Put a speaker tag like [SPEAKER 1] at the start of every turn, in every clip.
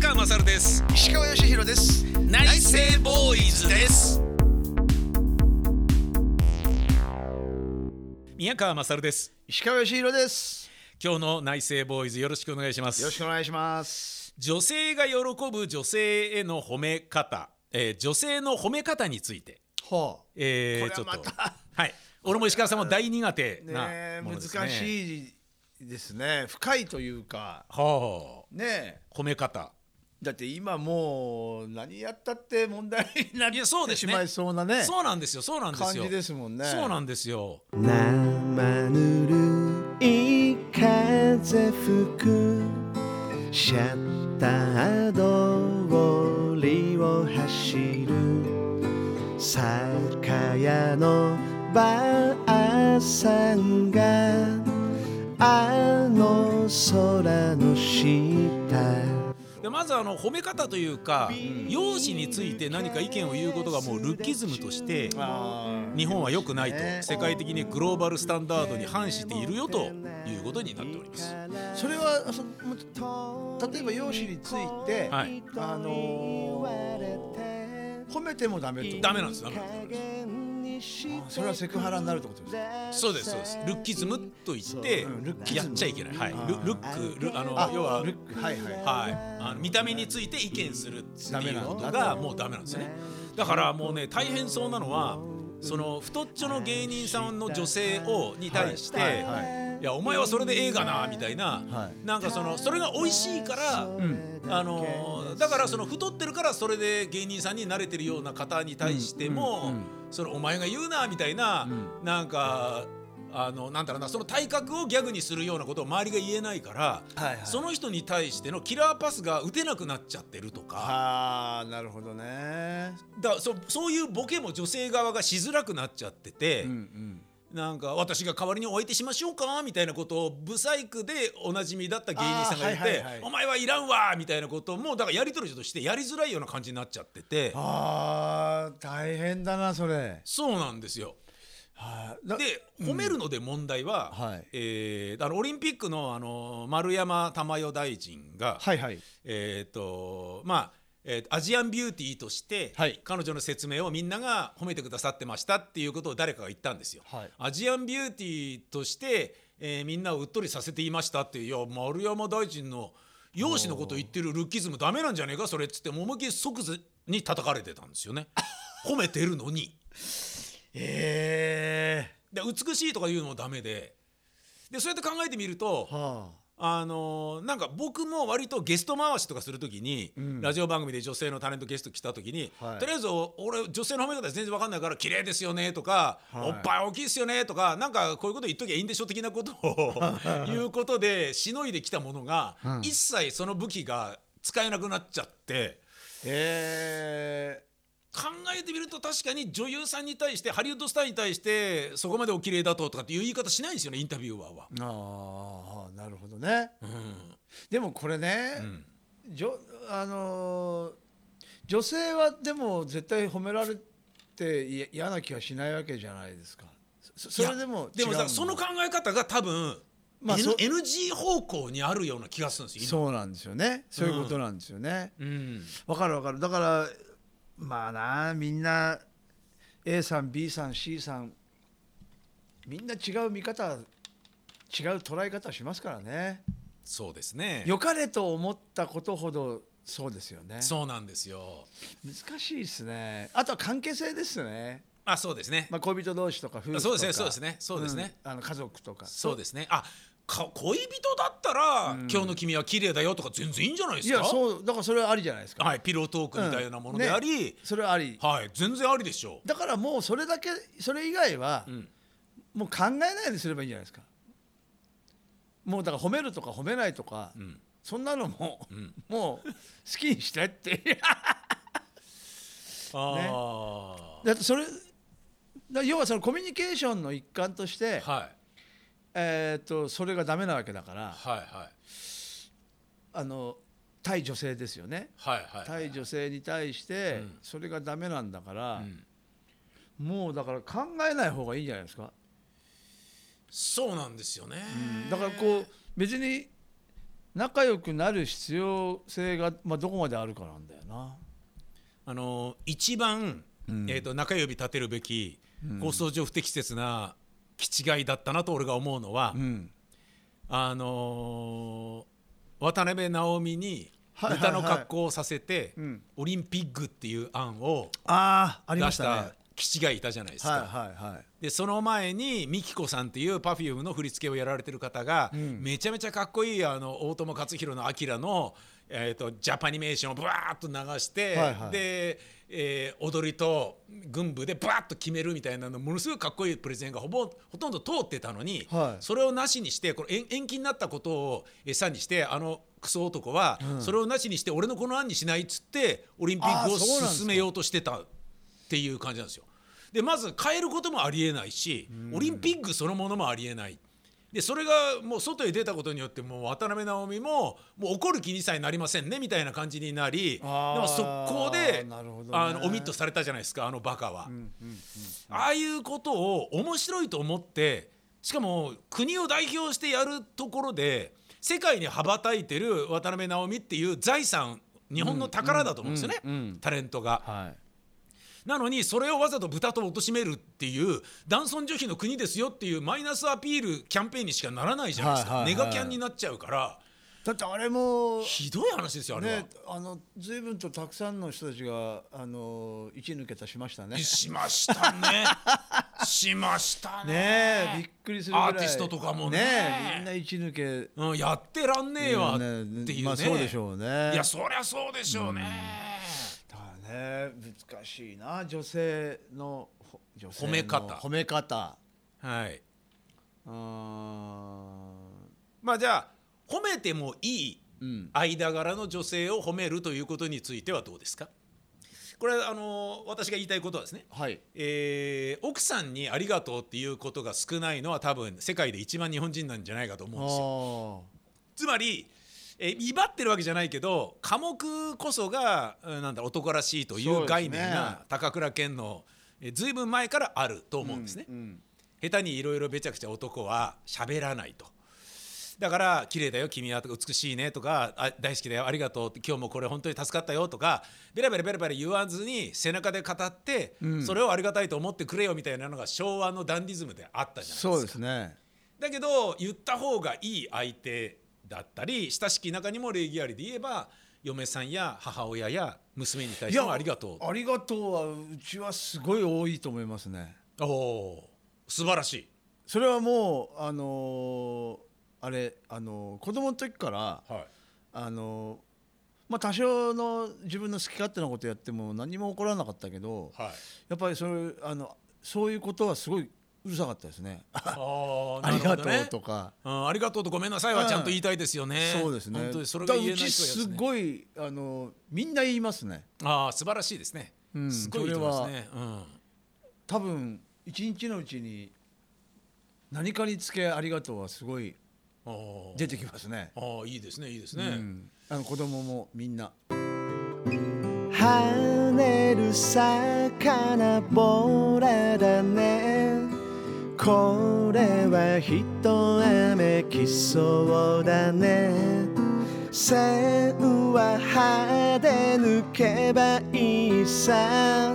[SPEAKER 1] 川勝です
[SPEAKER 2] 石川義弘です
[SPEAKER 1] 内政ボーイズです宮川勝です
[SPEAKER 2] 石川義弘です
[SPEAKER 1] 今日の内政ボーイズよろしくお願いしま
[SPEAKER 2] よろし
[SPEAKER 1] す
[SPEAKER 2] くお願いします
[SPEAKER 1] 女性が喜ぶ女性への褒め方、えー、女性の褒め方について、
[SPEAKER 2] は
[SPEAKER 1] えー、
[SPEAKER 2] これはまた
[SPEAKER 1] ちょっとはい俺も石川さんも大苦手
[SPEAKER 2] ねえ
[SPEAKER 1] なものですね
[SPEAKER 2] 難
[SPEAKER 1] い
[SPEAKER 2] しいですね深いというか
[SPEAKER 1] は
[SPEAKER 2] ねえ
[SPEAKER 1] あ褒め方
[SPEAKER 2] だって今もう何やったって問題になっ
[SPEAKER 1] いやそう
[SPEAKER 2] て
[SPEAKER 1] です
[SPEAKER 2] し
[SPEAKER 1] ね
[SPEAKER 2] まいそうなね
[SPEAKER 1] そうなんですよそうなんですよ
[SPEAKER 2] 感じですもんね
[SPEAKER 1] そうなんですよ
[SPEAKER 3] 生ぬるい風吹くシャッター通りを走る酒屋のばあさんがあの空の下
[SPEAKER 1] でまずあの褒め方というか、容姿について何か意見を言うことがもうルッキズムとして
[SPEAKER 2] あ
[SPEAKER 1] 日本は良くないと
[SPEAKER 3] ね
[SPEAKER 1] 世界的にグローバルスタンダードに反しているよということになっております。
[SPEAKER 2] ーそれはそ例えば容姿について、
[SPEAKER 1] はい
[SPEAKER 2] あのー褒めてもダメってこと
[SPEAKER 1] ダメなんですダメなんで
[SPEAKER 2] あそれはセクハラになるってことですか
[SPEAKER 1] すそうですそうですルッキズムと言って
[SPEAKER 2] そううんルッキズ
[SPEAKER 1] や
[SPEAKER 2] ム
[SPEAKER 1] っちゃいけない、はい、ル
[SPEAKER 2] あー
[SPEAKER 1] ルックルあの要は
[SPEAKER 2] ルックはいはい
[SPEAKER 1] はい、あの見た目について意見するって
[SPEAKER 2] ダメ
[SPEAKER 1] いう
[SPEAKER 2] な
[SPEAKER 1] こ
[SPEAKER 2] の
[SPEAKER 1] とがもうダメなんですよねだからもうね大変そうなのはその太っちょの芸人さんの女性をに対して、
[SPEAKER 2] はいいは
[SPEAKER 1] やお前はそれでええがなみたいな、
[SPEAKER 2] はい
[SPEAKER 1] なんかそのそれが美味しいから、あのだからその太ってるからそれで芸人さんに慣れてるような方に対しても、それお前が言うなみたいな、なんかあのなんだろうなその体格をギャグにするようなことを周りが言えないから、
[SPEAKER 2] はいはい
[SPEAKER 1] その人に対してのキラーパスが打てなくなっちゃってるとか
[SPEAKER 2] あーなるほどね
[SPEAKER 1] だそそういうボケも女性側がしづらくなっちゃってて、なんか私が代わりにお相手しましょうかみたいなことをブサイクでおなじみだった芸人さんがいて、
[SPEAKER 2] あーはいはいはい
[SPEAKER 1] お前はいらんわみたいなこともだからやり取りとしてやりづらいような感じになっちゃってて
[SPEAKER 2] あー大変だなそれ
[SPEAKER 1] そうなんですよ。
[SPEAKER 2] はいだ
[SPEAKER 1] で褒めるので問題は、
[SPEAKER 2] はい
[SPEAKER 1] えーあのオリンピックのあの丸山珠代大臣が、
[SPEAKER 2] はいはい
[SPEAKER 1] えーとまあえーアジアンビューティーとして、
[SPEAKER 2] はい
[SPEAKER 1] 彼女の説明をみんなが褒めてくださってましたっていうことを誰かが言ったんですよ。
[SPEAKER 2] はい
[SPEAKER 1] アジアンビューティーとして、えーみんなをうっとりさせていましたっていういや丸山大臣の容姿のこと言ってるルッキズムダメなんじゃねえかそれっつって思いっきり即座に叩かれてたんですよ ね褒めてるのに。
[SPEAKER 2] え
[SPEAKER 1] で美しいとか言うのもダメででそうやって考えてみると
[SPEAKER 2] ー、は
[SPEAKER 1] あのーなんか僕も割とゲスト回しとかする時に、
[SPEAKER 2] ん
[SPEAKER 1] ラジオ番組で女性のタレントゲスト来た時に、
[SPEAKER 2] はい
[SPEAKER 1] とりあえずお俺女性の褒め方全然わかんないから綺麗ですよねとか、
[SPEAKER 2] はい
[SPEAKER 1] おっぱい大きいですよねとかなんかこういうこと言っときゃいいんでしょ的なこと をいうことでしのいできたものが、
[SPEAKER 2] うん
[SPEAKER 1] 一切その武器が使えなくなっちゃって。
[SPEAKER 2] あえ
[SPEAKER 1] 考えてみると確かに女優さんに対してハリウッドスターに対してそこまでお綺麗だととかっていう言い方しないんですよねインタビュアーは。
[SPEAKER 2] ー、あーなるほどね
[SPEAKER 1] うん
[SPEAKER 2] でもこれね、じょあのー女性はでも絶対褒められていや嫌な気はしないわけじゃないですかそそれでも
[SPEAKER 1] でも
[SPEAKER 2] 違う
[SPEAKER 1] さ
[SPEAKER 2] の
[SPEAKER 1] その考え方が多分、
[SPEAKER 2] まあ
[SPEAKER 1] N-
[SPEAKER 2] そう
[SPEAKER 1] NG 方向にあるような気がするんですよ
[SPEAKER 2] そうなんですよねそういうことなんですよね
[SPEAKER 1] 今。うん
[SPEAKER 2] わ、かるわかるだからまあなみんな A さん B さん C さんみんな違う見方違う捉え方しますからね
[SPEAKER 1] そうですね
[SPEAKER 2] 良かれと思ったことほどそうですよね
[SPEAKER 1] そうなんですよ。
[SPEAKER 2] 難しいですねあとは関係性ですね
[SPEAKER 1] あそうですね。
[SPEAKER 2] まあ、恋人同士とか夫婦とか
[SPEAKER 1] そうですねそうですねそうですね、
[SPEAKER 2] んあの家族とか
[SPEAKER 1] そうですね。あか恋人だったら、今日の君は綺麗だよとか全然いいんじゃないです
[SPEAKER 2] いや
[SPEAKER 1] か。
[SPEAKER 2] そうだからそれはありじゃないですか、
[SPEAKER 1] はいピロートークみたいなものであり、
[SPEAKER 2] うんねそれはあり
[SPEAKER 1] はい全然ありでしょう。
[SPEAKER 2] だからもうそれだけそれ以外は、
[SPEAKER 1] ん
[SPEAKER 2] もう考えないですればいいんじゃないですかもうだから褒めるとか褒めないとか、
[SPEAKER 1] ん
[SPEAKER 2] そんなのも、もう好きにしてって
[SPEAKER 1] あ
[SPEAKER 2] だってそれだ要はそのコミュニケーションの一環として、
[SPEAKER 1] あ、はい
[SPEAKER 2] えー、とそれがダメなわけだから
[SPEAKER 1] はいはい
[SPEAKER 2] あの対女性ですよね
[SPEAKER 1] はいはいはい
[SPEAKER 2] 対女性に対してそれがダメなんだから、もうだから考えない方がいいんじゃないですか、
[SPEAKER 1] そうなんですよね、
[SPEAKER 2] だからこう別に
[SPEAKER 4] 仲良くなる必要性が、まあ、どこまであるかなんだよな。
[SPEAKER 1] あの一番、えー、と中指立てるべき放送上不適切な気違いだったなと俺が思うのは、
[SPEAKER 4] ん
[SPEAKER 1] あのー渡辺直美に歌の格好をさせて、オリンピックっていう案を
[SPEAKER 4] あああ
[SPEAKER 1] 出した気違いいたじゃないですか。
[SPEAKER 4] はいはいはい。
[SPEAKER 1] でその前にミキコさんっていう Perfume の振り付けをやられてる方が、めちゃめちゃかっこいいあの大友克洋の「アキラの」えー、とジャパニメーションをブワーッと流して、
[SPEAKER 4] はいはい
[SPEAKER 1] で、えー踊りと軍部でブワーッと決めるみたいなのものすごいかっこいいプレゼンがほぼほとんど通ってたのに、
[SPEAKER 4] はい
[SPEAKER 1] それをなしにしてこれ延延期になったことを餌にしてあのクソ男は、それをなしにして俺のこの案にしないっつってオリンピック
[SPEAKER 4] あ
[SPEAKER 1] を
[SPEAKER 4] ーそうなんですか
[SPEAKER 1] 進めようとしてた。っていう感じなんですよ。でまず変えることもありえないしオリンピックそのものもありえない。でそれがもう外へ出たことによってもう渡辺直美ももう怒る気にさえなりませんねみたいな感じになりで
[SPEAKER 4] あー
[SPEAKER 1] も速攻で、
[SPEAKER 4] なるほどね
[SPEAKER 1] あのオミットされたじゃないですかあのバカは、ああいうことを面白いと思ってしかも国を代表してやるところで世界に羽ばたいてる渡辺直美っていう財産日本の宝だと思うんですよね、
[SPEAKER 4] うんうんうん
[SPEAKER 1] タレントが。
[SPEAKER 4] はい。
[SPEAKER 1] なのにそれをわざと豚と貶めるっていう男尊女卑の国ですよっていうマイナスアピールキャンペーンにしかならないじゃないですか、
[SPEAKER 4] はいはいは
[SPEAKER 1] ネ
[SPEAKER 4] い
[SPEAKER 1] ガキャンになっちゃうから
[SPEAKER 4] だってあれも
[SPEAKER 1] ひどい話ですよあれは。
[SPEAKER 4] ねあの随分とたくさんの人たちがあの一抜けたしましたね。
[SPEAKER 1] しましたねしましたね
[SPEAKER 4] ねえびっくりするぐらい
[SPEAKER 1] アーティストとかもね
[SPEAKER 4] えみんな一抜け
[SPEAKER 1] うん、やってらんねえわっていうね、
[SPEAKER 4] まあそうでしょうね
[SPEAKER 1] いやそりゃそうでしょうね、
[SPEAKER 4] だからね難しいな女性のほ女性の
[SPEAKER 1] 褒め方
[SPEAKER 4] 褒め方
[SPEAKER 1] はい
[SPEAKER 4] うん
[SPEAKER 1] まあじゃあ褒めてもいい
[SPEAKER 4] うん
[SPEAKER 1] 間柄の女性を褒めるということについてはどうですかこれあの私が言いたいことはですね
[SPEAKER 4] はい
[SPEAKER 1] えー奥さんに「ありがとう」っていうことが少ないのは多分世界で一番日本人なんじゃないかと思
[SPEAKER 4] あ
[SPEAKER 1] うんですよ。
[SPEAKER 4] ー
[SPEAKER 1] つまり、えー威張ってるわけじゃないけど寡黙こそがうんなんだ男らしいとい
[SPEAKER 4] そう
[SPEAKER 1] う
[SPEAKER 4] ですね
[SPEAKER 1] 概念が高倉健のえーずいぶん前からあると思うんですね。
[SPEAKER 4] うん
[SPEAKER 1] 下手にいろいろべちゃくちゃ男は喋らないと。だから綺麗だよ君はとか美しいねとかあ大好きだよありがとうって今日もこれ本当に助かったよとかベラベラベラベラ言わずに背中で語って、それをありがたいと思ってくれよみたいなのが昭和のダンディズムであったじゃないですか
[SPEAKER 4] そうですね
[SPEAKER 1] だけど言った方がいい相手だったり親しき中にも礼儀ありで言えば嫁さんや母親や娘に対してもありがと
[SPEAKER 4] ありがとうはうちはすごい多いと思いますね
[SPEAKER 1] うおおー素晴らしい
[SPEAKER 4] それはもうあのーあれあのー子供の時から
[SPEAKER 1] はい
[SPEAKER 4] あのーまあ多少の自分の好き勝手なことやっても何も起こらなかったけど
[SPEAKER 1] はい
[SPEAKER 4] やっぱりそれあのそういうことはすごいうるさかったですねあ
[SPEAKER 1] あーなる
[SPEAKER 4] り
[SPEAKER 1] ほ
[SPEAKER 4] が
[SPEAKER 1] ど
[SPEAKER 4] と
[SPEAKER 1] ね
[SPEAKER 4] うとか、
[SPEAKER 1] うん、ありがとうとごめんなさいはちゃんと言いたいですよね。
[SPEAKER 4] そうですね
[SPEAKER 1] 本当にそれ
[SPEAKER 4] だ
[SPEAKER 1] が
[SPEAKER 4] から
[SPEAKER 1] 言えな
[SPEAKER 4] う
[SPEAKER 1] い人は
[SPEAKER 4] ち
[SPEAKER 1] やつね
[SPEAKER 4] すごいあのみんな言いますね
[SPEAKER 1] ああ素晴らしいですね。
[SPEAKER 4] うん
[SPEAKER 1] すごいと思いますね。うん、
[SPEAKER 4] 多分一日のうちに何かにつけありがとうはすごい
[SPEAKER 1] おー
[SPEAKER 4] 出てきますね、
[SPEAKER 1] ああいいですねいいですね。
[SPEAKER 4] うん、あの子供もみんな
[SPEAKER 2] 跳ねる魚ボラだねこれは一雨来そうだね線は歯で抜けばいいさ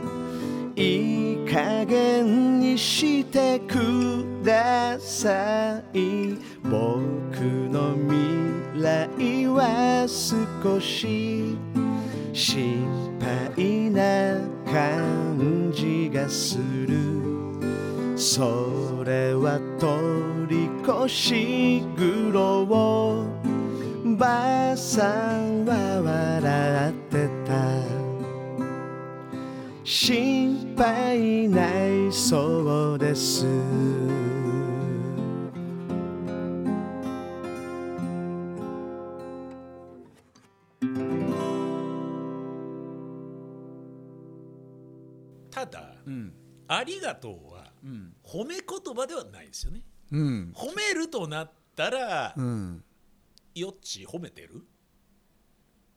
[SPEAKER 2] いい加減にしてください僕の未来は少し心配な感じがするそれは通り越し苦労ばあさんは笑ってた心配ないそうです
[SPEAKER 1] ただ、
[SPEAKER 4] うん
[SPEAKER 1] ありがとうは
[SPEAKER 4] うん
[SPEAKER 1] 褒め言葉ではないですよね。
[SPEAKER 4] うん
[SPEAKER 1] 褒めるとなったら、
[SPEAKER 4] うん
[SPEAKER 1] よっち褒めてる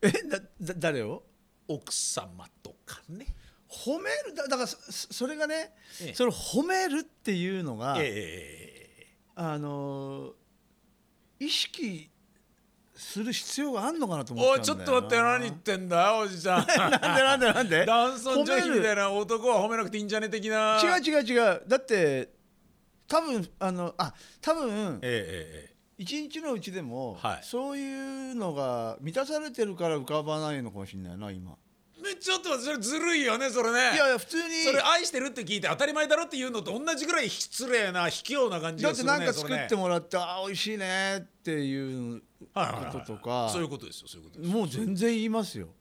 [SPEAKER 4] えだだ誰を
[SPEAKER 1] 奥様とかね。
[SPEAKER 4] 褒めるだだからそそそれがね、
[SPEAKER 1] ええ
[SPEAKER 4] それ褒めるっていうのが、
[SPEAKER 1] ええ
[SPEAKER 4] あのー意識する必要があんのかなと思っ
[SPEAKER 1] おい
[SPEAKER 4] ち
[SPEAKER 1] ち
[SPEAKER 4] ゃ
[SPEAKER 1] ょ
[SPEAKER 4] うん
[SPEAKER 1] っ
[SPEAKER 4] だ
[SPEAKER 1] と
[SPEAKER 4] よ
[SPEAKER 1] 待って
[SPEAKER 4] な
[SPEAKER 1] 何言ってんだよおじちゃ ん
[SPEAKER 4] なんでなんでなんで
[SPEAKER 1] 男尊女卑みたい
[SPEAKER 4] な
[SPEAKER 1] な男は褒めなくていいんじゃね的な
[SPEAKER 4] 違う違う違うだって多分あのあ多分
[SPEAKER 1] ええええ
[SPEAKER 4] 一日のうちでも、
[SPEAKER 1] はい
[SPEAKER 4] そういうのが満たされてるから浮かばないのかもしれないな今
[SPEAKER 1] ええちょっと待ってそれずるいよねそれね
[SPEAKER 4] いやいや普通に
[SPEAKER 1] それ愛してるって聞いて当たり前だろっていうのと同じぐらい失礼な卑怯な感じ
[SPEAKER 4] だ
[SPEAKER 1] が
[SPEAKER 4] って
[SPEAKER 1] するね
[SPEAKER 4] なんか
[SPEAKER 1] そ
[SPEAKER 4] 作
[SPEAKER 1] れね
[SPEAKER 4] ってもらって、ああ美味しいねっていう
[SPEAKER 1] はいはいはい
[SPEAKER 4] こととか
[SPEAKER 1] そういうことですよそういうことです
[SPEAKER 4] もう全然言いますよ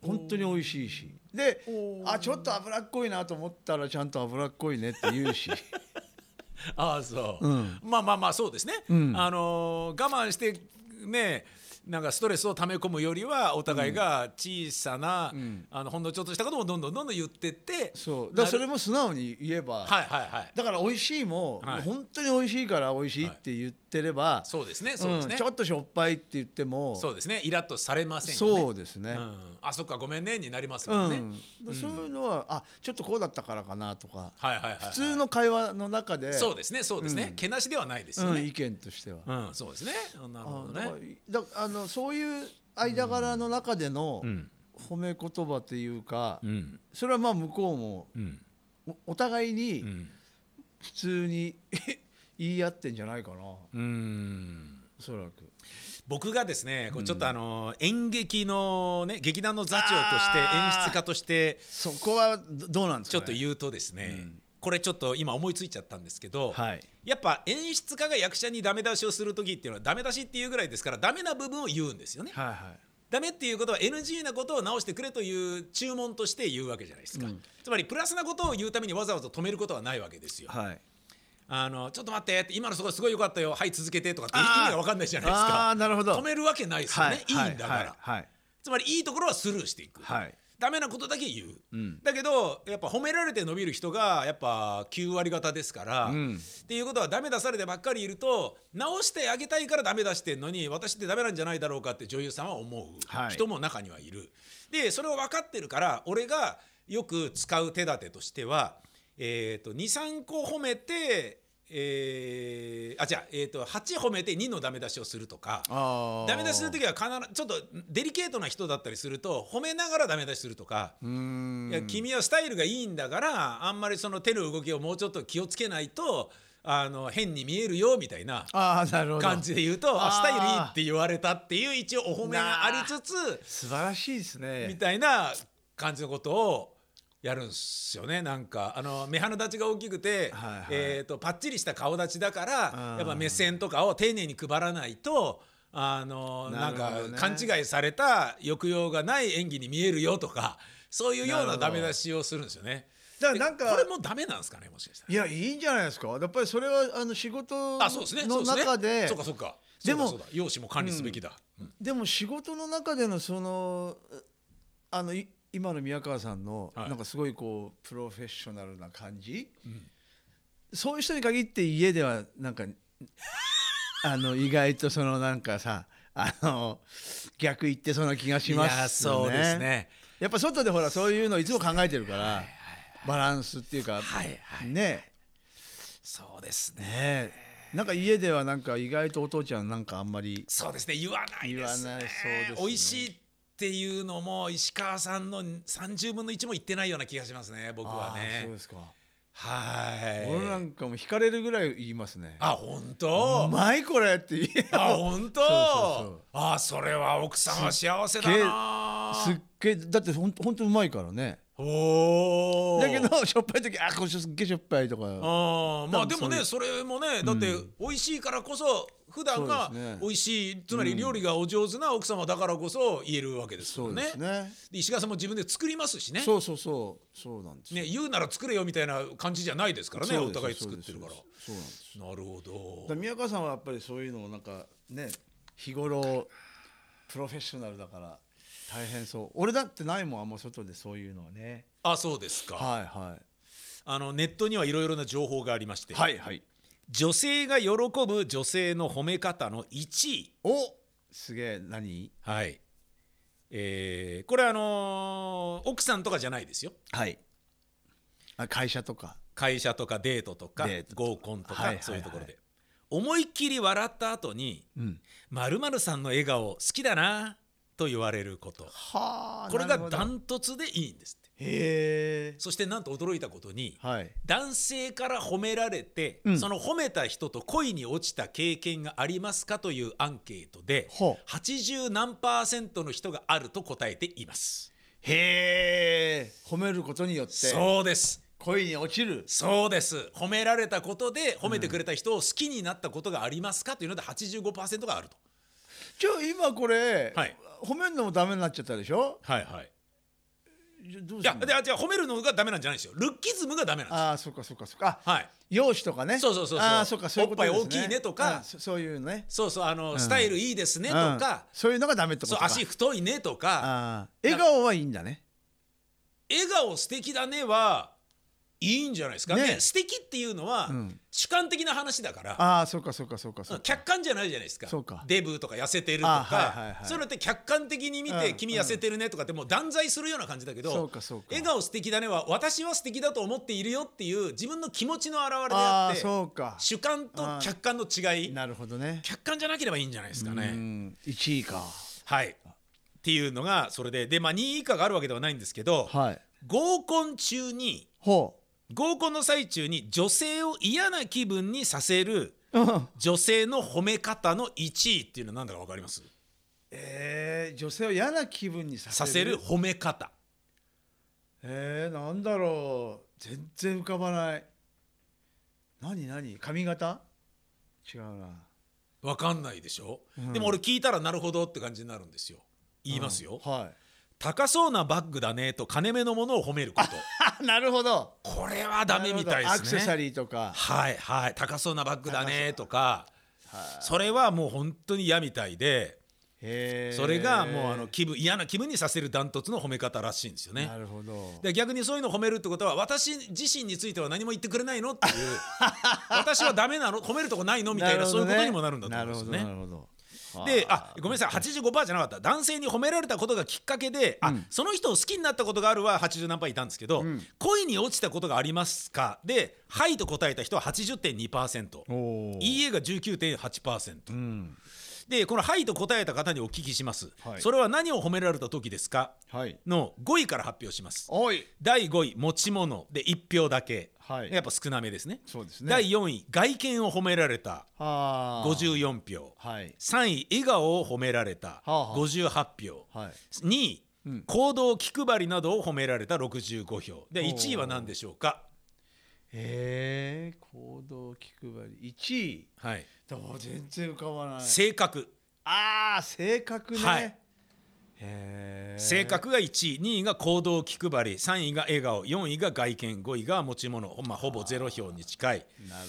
[SPEAKER 4] 本当に美味しいしであちょっと脂っこいなと思ったらちゃんと脂っこいねって言 うし
[SPEAKER 1] ああそう、
[SPEAKER 4] うん
[SPEAKER 1] まあまあまあそうですね、
[SPEAKER 4] ん
[SPEAKER 1] あのー我慢してねなんかストレスを溜め込むよりはお互いが小さな、
[SPEAKER 4] ん
[SPEAKER 1] あのほんのちょっとしたこともどんどんどんどん言ってって
[SPEAKER 4] そうだからそれ
[SPEAKER 1] も
[SPEAKER 4] も素直に言えば、
[SPEAKER 1] はいはいはい
[SPEAKER 4] だから美味しいも、
[SPEAKER 1] はい
[SPEAKER 4] 本当に美味しいから美味しいって言ってれば、
[SPEAKER 1] そうですねそうですね、
[SPEAKER 4] んちょっとしょっぱいって言っても
[SPEAKER 1] そうですねイラッとされませんよね
[SPEAKER 4] そうですね
[SPEAKER 1] うん、あそっかごめんねになります
[SPEAKER 4] う
[SPEAKER 1] もん
[SPEAKER 4] ん
[SPEAKER 1] ね、
[SPEAKER 4] そういうのはあちょっとこうだったからかなとか、
[SPEAKER 1] はいはいはいはい
[SPEAKER 4] 普通の会話の中で
[SPEAKER 1] そうですねそうですね、
[SPEAKER 4] うん
[SPEAKER 1] けなしではないですよ
[SPEAKER 4] うん、
[SPEAKER 1] ね
[SPEAKER 4] 意見としては。
[SPEAKER 1] うん、そうですねなる
[SPEAKER 4] あ
[SPEAKER 1] ほど
[SPEAKER 4] だから
[SPEAKER 1] ね
[SPEAKER 4] だあのそういう間柄の中での
[SPEAKER 1] ん
[SPEAKER 4] 褒め言葉っていうか、
[SPEAKER 1] うん
[SPEAKER 4] それはまあ向こうも
[SPEAKER 1] うん
[SPEAKER 4] おお互いに
[SPEAKER 1] うん
[SPEAKER 4] 普通に 言い合ってんじゃないかなお
[SPEAKER 1] うん
[SPEAKER 4] そらく。
[SPEAKER 1] 僕がですね、こうちょっとあの演劇のね劇団の座長として
[SPEAKER 4] あー
[SPEAKER 1] 演出家として
[SPEAKER 4] そこはどどうなんです
[SPEAKER 1] ちょ
[SPEAKER 4] か、
[SPEAKER 1] っ
[SPEAKER 4] ね、
[SPEAKER 1] と言うとですね、
[SPEAKER 4] うん
[SPEAKER 1] これちょっと今思いついちゃったんですけど、
[SPEAKER 4] はい
[SPEAKER 1] やっぱ演出家が役者にダメ出しをする時っていうのはダメ出しっていうぐらいですからダメな部分を言うんですよね。
[SPEAKER 4] はいはい
[SPEAKER 1] ダメっていうことは NG なことを直してくれという注文として言うわけじゃないですか、
[SPEAKER 4] うん
[SPEAKER 1] つまりプラスなことを言うためにわざわざ止めることはないわけですよ。
[SPEAKER 4] はい
[SPEAKER 1] あのちょっと待ってって今のそこすごい良かったよはい続けてとかって意
[SPEAKER 4] あー
[SPEAKER 1] 味が分かんないじゃないです
[SPEAKER 4] あ
[SPEAKER 1] か
[SPEAKER 4] あなるほど
[SPEAKER 1] 止めるわけないですよね、い、いんだから、
[SPEAKER 4] はいはい
[SPEAKER 1] つまりいいところはスルーしていく、
[SPEAKER 4] はい
[SPEAKER 1] ダメなことだけ言う、
[SPEAKER 4] うん
[SPEAKER 1] だけどやっぱ褒められて伸びる人がやっぱ9割方ですから、
[SPEAKER 4] うん
[SPEAKER 1] っていうことはダメ出されてばっかりいると直してあげたいからダメ出してんのに私ってダメなんじゃないだろうかって女優さんは思う
[SPEAKER 4] はい
[SPEAKER 1] 人も中にはいる。でそれを分かってるから俺がよく使う手立てとしては、えー、と23個褒めて、えーあじゃあ、えー、と8褒めて2のダメ出しをするとか。
[SPEAKER 4] あー
[SPEAKER 1] ダメ出しする時は必ずちょっとデリケートな人だったりすると褒めながらダメ出しするとか、
[SPEAKER 4] うーん
[SPEAKER 1] いや君はスタイルがいいんだからあんまりその手の動きをもうちょっと気をつけないとあの変に見えるよみたいな
[SPEAKER 4] ああなるほど
[SPEAKER 1] 感じで言うとあ
[SPEAKER 4] あー
[SPEAKER 1] スタイルいいって言われたっていう一応お褒めがありつつ
[SPEAKER 4] 素晴らしいですね
[SPEAKER 1] みたいな感じのことをやるんすよねなんかあの目鼻立ちが大きくて、
[SPEAKER 4] はいはい
[SPEAKER 1] えー、とパッチリした顔立ちだから
[SPEAKER 4] うん
[SPEAKER 1] やっぱ目線とかを丁寧に配らないと。あのな
[SPEAKER 4] なるほどね
[SPEAKER 1] んか勘違いされた抑揚がない演技に見えるよとかそういうよう
[SPEAKER 4] なる
[SPEAKER 1] な
[SPEAKER 4] ほど
[SPEAKER 1] ダメ出しをするんですよね。
[SPEAKER 4] だからなんか
[SPEAKER 1] これもダメなんですかねもしかした
[SPEAKER 4] いやいいんじゃないですかやっぱりそれはあの仕事
[SPEAKER 1] ら。あそうですね。そ
[SPEAKER 4] の
[SPEAKER 1] うすね
[SPEAKER 4] 中で
[SPEAKER 1] そうかそうか。
[SPEAKER 4] でも
[SPEAKER 1] そうだそうだ容姿も管理すべきだ。うん
[SPEAKER 4] でも仕事の中でのそのうあのい今の宮川さんの
[SPEAKER 1] はい
[SPEAKER 4] なんかすごいこうプロフェッショナルな感じ、そういう人に限って家ではなんか あの意外とそのなんかさあの逆言ってそうな気がしますよね。
[SPEAKER 1] いやそうですね。
[SPEAKER 4] やっぱ外でほらそういうのいつも考えてるから、バランスっていうか、
[SPEAKER 1] はいはい。
[SPEAKER 4] ね
[SPEAKER 1] そうですね。
[SPEAKER 4] ねなんか家ではなんか意外とお父ちゃんなんかあんまり
[SPEAKER 1] そうですね。言わないですね。
[SPEAKER 4] 言わないそうですね
[SPEAKER 1] 美味しいっていうのも石川さんの30分の1も言ってないような気がしますね。僕は
[SPEAKER 4] あーそう
[SPEAKER 1] ね
[SPEAKER 4] で。すか、
[SPEAKER 1] はい。
[SPEAKER 4] 俺なんかもう惹かれるぐらい言いますね
[SPEAKER 1] あ本
[SPEAKER 4] う
[SPEAKER 1] 当。
[SPEAKER 4] まいこれって言え
[SPEAKER 1] あ本当。
[SPEAKER 4] そうそうそう
[SPEAKER 1] あそれは奥さんは幸せだな。
[SPEAKER 4] すっげえだってほんほんとうまいからね
[SPEAKER 1] おお。
[SPEAKER 4] だけどしょっぱい時あこれすっげえしょっぱいとか
[SPEAKER 1] あーまあ
[SPEAKER 4] 多分
[SPEAKER 1] でもねそれもねだって美味しいからこそ普段が
[SPEAKER 4] そうですね
[SPEAKER 1] 美味しい、つまり料理がお上手な奥様だからこそ言えるわけです
[SPEAKER 4] そ
[SPEAKER 1] よ
[SPEAKER 4] う
[SPEAKER 1] ね。
[SPEAKER 4] ですね
[SPEAKER 1] で石川さんも自分で作りますしね
[SPEAKER 4] そうそうそうそうなんですよ
[SPEAKER 1] ね言うなら作れよみたいな感じじゃないですからね
[SPEAKER 4] そう
[SPEAKER 1] お
[SPEAKER 4] です
[SPEAKER 1] 互い作ってるから。
[SPEAKER 4] そうなんです
[SPEAKER 1] なるほ
[SPEAKER 4] だか
[SPEAKER 1] ど
[SPEAKER 4] ら。宮川さんはやっぱりそういうのをなんかね日頃プロフェッショナルだから大変そう俺だってないもんあんま外でそういうのはね
[SPEAKER 1] あそうですか、
[SPEAKER 4] はいは
[SPEAKER 1] あのネットにはいろいろな情報がありまして、
[SPEAKER 4] いはいはい
[SPEAKER 1] 女性が喜ぶ女性の褒め方の1位。
[SPEAKER 4] おすげえ何
[SPEAKER 1] はいえーこれあのー奥さんとかじゃないですよ。
[SPEAKER 4] はいあ会社とか
[SPEAKER 1] 会社とかデートとか
[SPEAKER 4] デートとか
[SPEAKER 1] 合コンとか、
[SPEAKER 4] はいはいはい
[SPEAKER 1] そういうところで思いっきり笑った後に
[SPEAKER 4] うん
[SPEAKER 1] 「まるさんの笑顔好きだな」と言われること
[SPEAKER 4] はあ
[SPEAKER 1] これが
[SPEAKER 4] なるほど
[SPEAKER 1] ダントツでいいんですって
[SPEAKER 4] へえ
[SPEAKER 1] そしてなんと驚いたことに
[SPEAKER 4] はい
[SPEAKER 1] 男性から褒められて、
[SPEAKER 4] うん
[SPEAKER 1] その褒めた人と恋に落ちた経験がありますかというアンケートで
[SPEAKER 4] ほう
[SPEAKER 1] 80何パーセントの人があると答えています
[SPEAKER 4] へえ褒めることによって
[SPEAKER 1] そうです
[SPEAKER 4] 恋に落ちる
[SPEAKER 1] そうです褒められたことで褒めてくれた人を好きになったことがありますかというので85%があると
[SPEAKER 4] じゃあ今これ、
[SPEAKER 1] はい
[SPEAKER 4] 褒めるのもダメになっちゃったでしょ
[SPEAKER 1] はいはい
[SPEAKER 4] じゃあどう
[SPEAKER 1] い
[SPEAKER 4] す
[SPEAKER 1] や
[SPEAKER 4] んの
[SPEAKER 1] でじゃあ褒めるのがダメなんじゃないですよルッキズムがダメなんで
[SPEAKER 4] ああそっかそっかそっか
[SPEAKER 1] す
[SPEAKER 4] あ
[SPEAKER 1] はい
[SPEAKER 4] 容姿とかね
[SPEAKER 1] そうそうそうそう
[SPEAKER 4] ああそっかそういうことですね
[SPEAKER 1] おっぱい大きいねとか
[SPEAKER 4] あそそういうね
[SPEAKER 1] そうそうあの、スタイルいいですねと
[SPEAKER 4] うん
[SPEAKER 1] か、
[SPEAKER 4] そういうのがダメってこ
[SPEAKER 1] そ
[SPEAKER 4] と
[SPEAKER 1] う
[SPEAKER 4] か
[SPEAKER 1] 足太いねとか
[SPEAKER 4] ああ笑顔はいいんだね
[SPEAKER 1] 笑顔素敵だねはいいんじゃないですかね
[SPEAKER 4] ね
[SPEAKER 1] 素敵っていうのは、
[SPEAKER 4] ん
[SPEAKER 1] 主観的な話だから
[SPEAKER 4] ああそうかそうかそうかそうか
[SPEAKER 1] 客観じゃないじゃないですか
[SPEAKER 4] そうか
[SPEAKER 1] デブとか痩せてると
[SPEAKER 4] あ
[SPEAKER 1] か、
[SPEAKER 4] はいはいはい
[SPEAKER 1] そういうのって客観的に見て、
[SPEAKER 4] うん
[SPEAKER 1] 君痩せてるねとかってもう断罪するような感じだけど
[SPEAKER 4] そうかそうか
[SPEAKER 1] 笑顔素敵だねは私は素敵だと思っているよっていう自分の気持ちの表れであ
[SPEAKER 4] ああ
[SPEAKER 1] って
[SPEAKER 4] そうか
[SPEAKER 1] 主観と客観の違い
[SPEAKER 4] なるほどね
[SPEAKER 1] 客観じゃなければいいんじゃないですか
[SPEAKER 4] う
[SPEAKER 1] ね。
[SPEAKER 4] ん1位か
[SPEAKER 1] はいっていうのがそれでで、まあ、2位以下があるわけではないんですけど、
[SPEAKER 4] はい
[SPEAKER 1] 合コン中に
[SPEAKER 4] ほ
[SPEAKER 1] 合コンの最中に女性を嫌な気分にさせる
[SPEAKER 4] う、うん、
[SPEAKER 1] 女性の褒め方の1位っていうのは何だか分かります
[SPEAKER 4] えー、女性を嫌な気分にさせる
[SPEAKER 1] させる褒め方
[SPEAKER 4] えー、なんだろう全然浮かばない何何髪型違うな
[SPEAKER 1] 分かんないでしょ、
[SPEAKER 4] ん
[SPEAKER 1] でも俺聞いたらなるほどって感じになるんですよ言いますよ、
[SPEAKER 4] うんはい
[SPEAKER 1] 高そうなバッグだねと金目のものを褒めること
[SPEAKER 4] あ なるほど
[SPEAKER 1] これはダメみたいですね
[SPEAKER 4] なるほどアクセサリーとか
[SPEAKER 1] はいはい高そうなバッグだねとかそれはもう本当に嫌みたいで
[SPEAKER 4] へー
[SPEAKER 1] それがもうあの気分嫌な気分にさせるダントツの褒め方らしいんですよね
[SPEAKER 4] なるほど
[SPEAKER 1] で逆にそういうの褒めるってことは私自身については何も言ってくれないの っていう私はダメなの褒めるとこないのみたいな
[SPEAKER 4] るほ
[SPEAKER 1] そうい
[SPEAKER 4] ど
[SPEAKER 1] う
[SPEAKER 4] ね
[SPEAKER 1] ことにもなるんだと思うんですよね。
[SPEAKER 4] なるほどなるほど
[SPEAKER 1] であごめんなさい85%じゃなかった男性に褒められたことがきっかけで、あその人を好きになったことがあるは80何パーいたんですけど、恋に落ちたことがありますかで「はい」と答えた人は80.2%
[SPEAKER 4] おおー
[SPEAKER 1] 「いいえ」が19.8%、
[SPEAKER 4] うん
[SPEAKER 1] でこの「はい」と答えた方にお聞きします、
[SPEAKER 4] はい
[SPEAKER 1] それは何を褒められた時ですか
[SPEAKER 4] はい
[SPEAKER 1] の5位から発表します
[SPEAKER 4] おい
[SPEAKER 1] 第5位持ち物で1票だけ、
[SPEAKER 4] はい
[SPEAKER 1] やっぱ少なめですね
[SPEAKER 4] そうですね
[SPEAKER 1] 第4位外見を褒められた
[SPEAKER 4] はあ
[SPEAKER 1] 54票
[SPEAKER 4] はい
[SPEAKER 1] 3位笑顔を褒められた
[SPEAKER 4] あはあ
[SPEAKER 1] 58票
[SPEAKER 4] はい
[SPEAKER 1] 2位、
[SPEAKER 4] うん
[SPEAKER 1] 行動気配りなどを褒められた65票で
[SPEAKER 4] おー
[SPEAKER 1] 1位は何でしょうか
[SPEAKER 4] えー、行動気配り1位
[SPEAKER 1] はい
[SPEAKER 4] でも全然浮かばない
[SPEAKER 1] 性格
[SPEAKER 4] ああ性格ね、
[SPEAKER 1] はい
[SPEAKER 4] へえ
[SPEAKER 1] 性格が1位2位が行動気配り3位が笑顔4位が外見5位が持ち物、まあ、ほぼ0票に近い
[SPEAKER 4] なるほ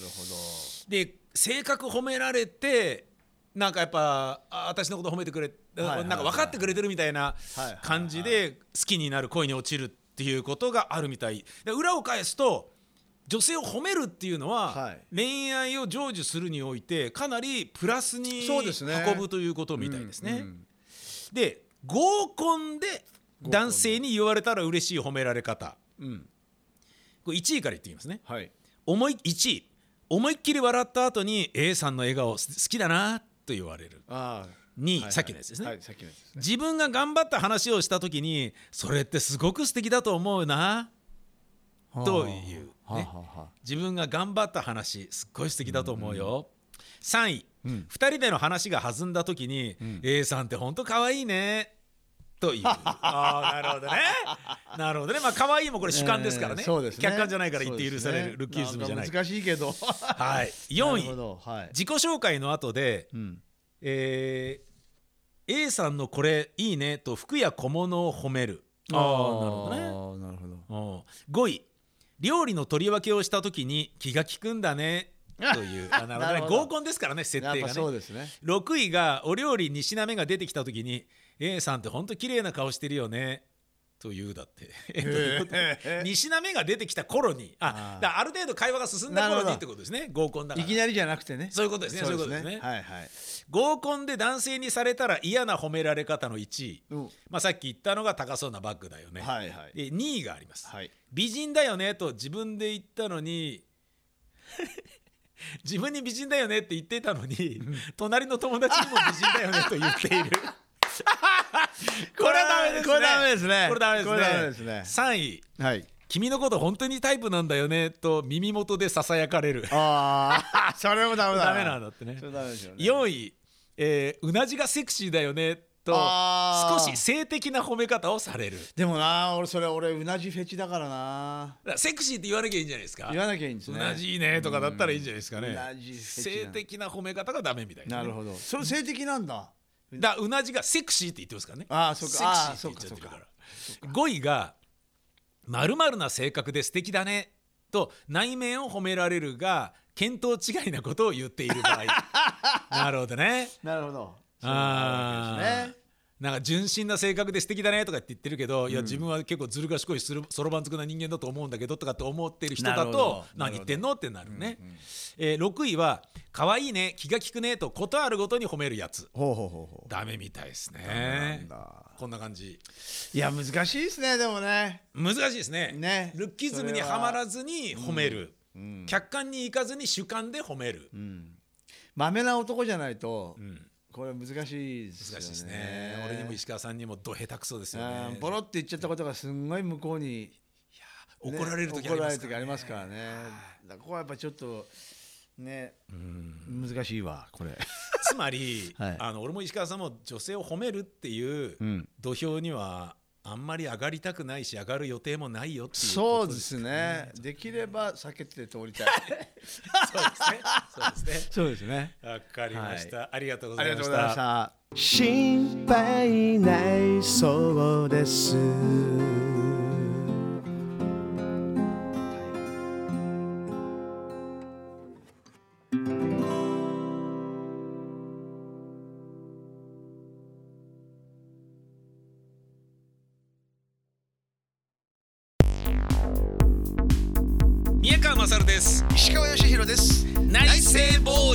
[SPEAKER 1] で性格褒められてなんかやっぱあ私のこと褒めてくれ、
[SPEAKER 4] いはいはい
[SPEAKER 1] なんか分かってくれてるみたいない
[SPEAKER 4] はいはい
[SPEAKER 1] 感じで好きになる恋に落ちるっていうことがあるみたいで裏を返すと女性を褒めるっていうのは、
[SPEAKER 4] はい
[SPEAKER 1] 恋愛を成就するにおいてかなりプラスに
[SPEAKER 4] そうですね
[SPEAKER 1] 運ぶということみたいですね。
[SPEAKER 4] うんうん
[SPEAKER 1] で合コンで
[SPEAKER 4] コン
[SPEAKER 1] 男性に言われたら嬉しい褒められ方
[SPEAKER 4] どうん
[SPEAKER 1] これ1位から言ってみますね。
[SPEAKER 4] はい
[SPEAKER 1] 思い1位思いっきり笑った後に A さんの笑顔す好きだなと言われる
[SPEAKER 4] あ
[SPEAKER 1] 2位、
[SPEAKER 4] あ
[SPEAKER 1] さっきのやつですね、
[SPEAKER 4] はいさっきのやつですね
[SPEAKER 1] 自分が頑張った話をした時にそれってすごく素敵だと思うなというね
[SPEAKER 4] はあはあはあ
[SPEAKER 1] 自分が頑張った話すっごい素敵だと思うよ、3位、二
[SPEAKER 4] ん
[SPEAKER 1] 2人での話が弾んだ時に、A さんってほんと可愛いねと いうああなるほどねなるほどねまあ可愛いもこれ主観ですからね,、
[SPEAKER 4] えーそうですね
[SPEAKER 1] 客観じゃないから言って
[SPEAKER 4] そう
[SPEAKER 1] 許
[SPEAKER 4] です
[SPEAKER 1] さ
[SPEAKER 4] ね
[SPEAKER 1] れる、ルッキーズムじゃない
[SPEAKER 4] んか難しいけど
[SPEAKER 1] はい、
[SPEAKER 4] な
[SPEAKER 1] 4
[SPEAKER 4] るほ
[SPEAKER 1] 位
[SPEAKER 4] どはい
[SPEAKER 1] 自己紹介の後で、
[SPEAKER 4] うん
[SPEAKER 1] えー A さんのこれいいねと服や小物を褒めるあ ーなるほ
[SPEAKER 4] どねなるほど
[SPEAKER 1] どね5位料理の取り分けをした時に気が利くんだねというあなるほど
[SPEAKER 4] な
[SPEAKER 1] ね
[SPEAKER 4] るほど
[SPEAKER 1] 合コンですからね設
[SPEAKER 4] やっ
[SPEAKER 1] 定
[SPEAKER 4] ぱ
[SPEAKER 1] が
[SPEAKER 4] そう
[SPEAKER 1] ね
[SPEAKER 4] ですね
[SPEAKER 1] 6位がお料理に品目が出てきた時に A さんってほんと綺麗な顔してるよねというだって えどういうこと
[SPEAKER 4] へー
[SPEAKER 1] 2品目が出てきた頃にあ
[SPEAKER 4] あー
[SPEAKER 1] だからある程度会話が進んだ頃
[SPEAKER 4] なるほ
[SPEAKER 1] に
[SPEAKER 4] ど
[SPEAKER 1] ってことですね合コンだか
[SPEAKER 4] い
[SPEAKER 1] ら
[SPEAKER 4] きなりじゃなくてね
[SPEAKER 1] そういうことですねそういうことですね
[SPEAKER 4] はいはい
[SPEAKER 1] 合コンで男性にされたら嫌な褒められ方の1位、
[SPEAKER 4] うん
[SPEAKER 1] まあ、さっき言ったのが高そうなバッグだよね、
[SPEAKER 4] はいはい
[SPEAKER 1] で2位があります、
[SPEAKER 4] はい
[SPEAKER 1] 美人だよねと自分で言ったのに自分に美人だよねって言ってたのに、隣の友達にも美人だよねと言っている これはダメですね
[SPEAKER 4] これダメですね
[SPEAKER 1] これダメですね
[SPEAKER 4] これダメですね
[SPEAKER 1] 3位
[SPEAKER 4] はい
[SPEAKER 1] 君のこと本当にタイプなんだよねと耳元でささやかれる
[SPEAKER 4] ああ それもダメだ
[SPEAKER 1] ダメなんだってね
[SPEAKER 4] それダメですよね
[SPEAKER 1] 4位、えーうなじがセクシーだよねと
[SPEAKER 4] あ
[SPEAKER 1] 少
[SPEAKER 4] ー
[SPEAKER 1] し性的な褒め方をされる
[SPEAKER 4] でもな俺それ俺うなじフェチだからな
[SPEAKER 1] だからセクシーって言わなきゃいいんじゃないですか
[SPEAKER 4] 言わなきゃいいんです
[SPEAKER 1] う
[SPEAKER 4] ね
[SPEAKER 1] なじいいねとかだったらいいんじゃないですかね
[SPEAKER 4] うなじフェチ
[SPEAKER 1] 性
[SPEAKER 4] な
[SPEAKER 1] 的な褒め方がダメみたいな
[SPEAKER 4] な
[SPEAKER 1] ね、
[SPEAKER 4] るほどそれ性的なんだ
[SPEAKER 1] だからうなじがセクシーって言ってますからね
[SPEAKER 4] あーそっ
[SPEAKER 1] セク
[SPEAKER 4] か
[SPEAKER 1] シー
[SPEAKER 4] あー
[SPEAKER 1] って言っちゃってるから5位が「まるな性格で素敵だね」と内面を褒められるが見当違いなことを言っている場 合なるほどね
[SPEAKER 4] なるほど
[SPEAKER 1] あ
[SPEAKER 4] そういうのがあるわ
[SPEAKER 1] ーなんか純真な性格で素敵だねとかって言ってるけど、いや自分は結構ずる賢いするそろばんつくな人間だと思うんだけどとかって思ってる人
[SPEAKER 4] な
[SPEAKER 1] だ
[SPEAKER 4] るほど
[SPEAKER 1] と何言ってんのってなるね、えー6位は「可愛いね気が利くね」とことあるごとに褒めるやつ
[SPEAKER 4] ほうほうほうほう
[SPEAKER 1] ダメみたいです
[SPEAKER 4] な
[SPEAKER 1] ね
[SPEAKER 4] んだ
[SPEAKER 1] こんな感じ
[SPEAKER 4] いや難しいですねでもね
[SPEAKER 1] 難しいですね
[SPEAKER 4] ね
[SPEAKER 1] ルッキズムにはまらずに褒める、客観に行かずに主観で褒める、
[SPEAKER 4] まめな男じゃないと、
[SPEAKER 1] ん
[SPEAKER 4] これ難しいですよ
[SPEAKER 1] 難
[SPEAKER 4] ね
[SPEAKER 1] しいですね俺にも石川さんにもど下手くそですよ
[SPEAKER 4] あ
[SPEAKER 1] ね
[SPEAKER 4] ーボロって言っちゃったことがすんごい向こうに、ね
[SPEAKER 1] 怒られる時あ
[SPEAKER 4] 怒
[SPEAKER 1] り
[SPEAKER 4] ら
[SPEAKER 1] ま
[SPEAKER 4] れ
[SPEAKER 1] すか
[SPEAKER 4] る時
[SPEAKER 1] ら
[SPEAKER 4] あ
[SPEAKER 1] ね
[SPEAKER 4] りますからねだからここはやっぱちょっとね難しいわこれ
[SPEAKER 1] つまり、
[SPEAKER 4] はい
[SPEAKER 1] あの俺も石川さんも女性を褒めるっていう
[SPEAKER 4] うん
[SPEAKER 1] 土俵にはあんまり上がりたくないし上がる予定もないよっていう
[SPEAKER 4] そう
[SPEAKER 1] こと
[SPEAKER 4] で
[SPEAKER 1] です
[SPEAKER 4] すねできれば避けて通りたい
[SPEAKER 1] そうですね そうですね
[SPEAKER 4] そうですね
[SPEAKER 1] わかりました、ありがとうござ
[SPEAKER 4] あ
[SPEAKER 1] い
[SPEAKER 4] りが
[SPEAKER 1] ま
[SPEAKER 4] とう
[SPEAKER 1] し
[SPEAKER 4] ございま
[SPEAKER 1] た
[SPEAKER 4] した
[SPEAKER 2] 心配ないそうです
[SPEAKER 1] 宮川勝です
[SPEAKER 4] 石川義弘です
[SPEAKER 1] 内政坊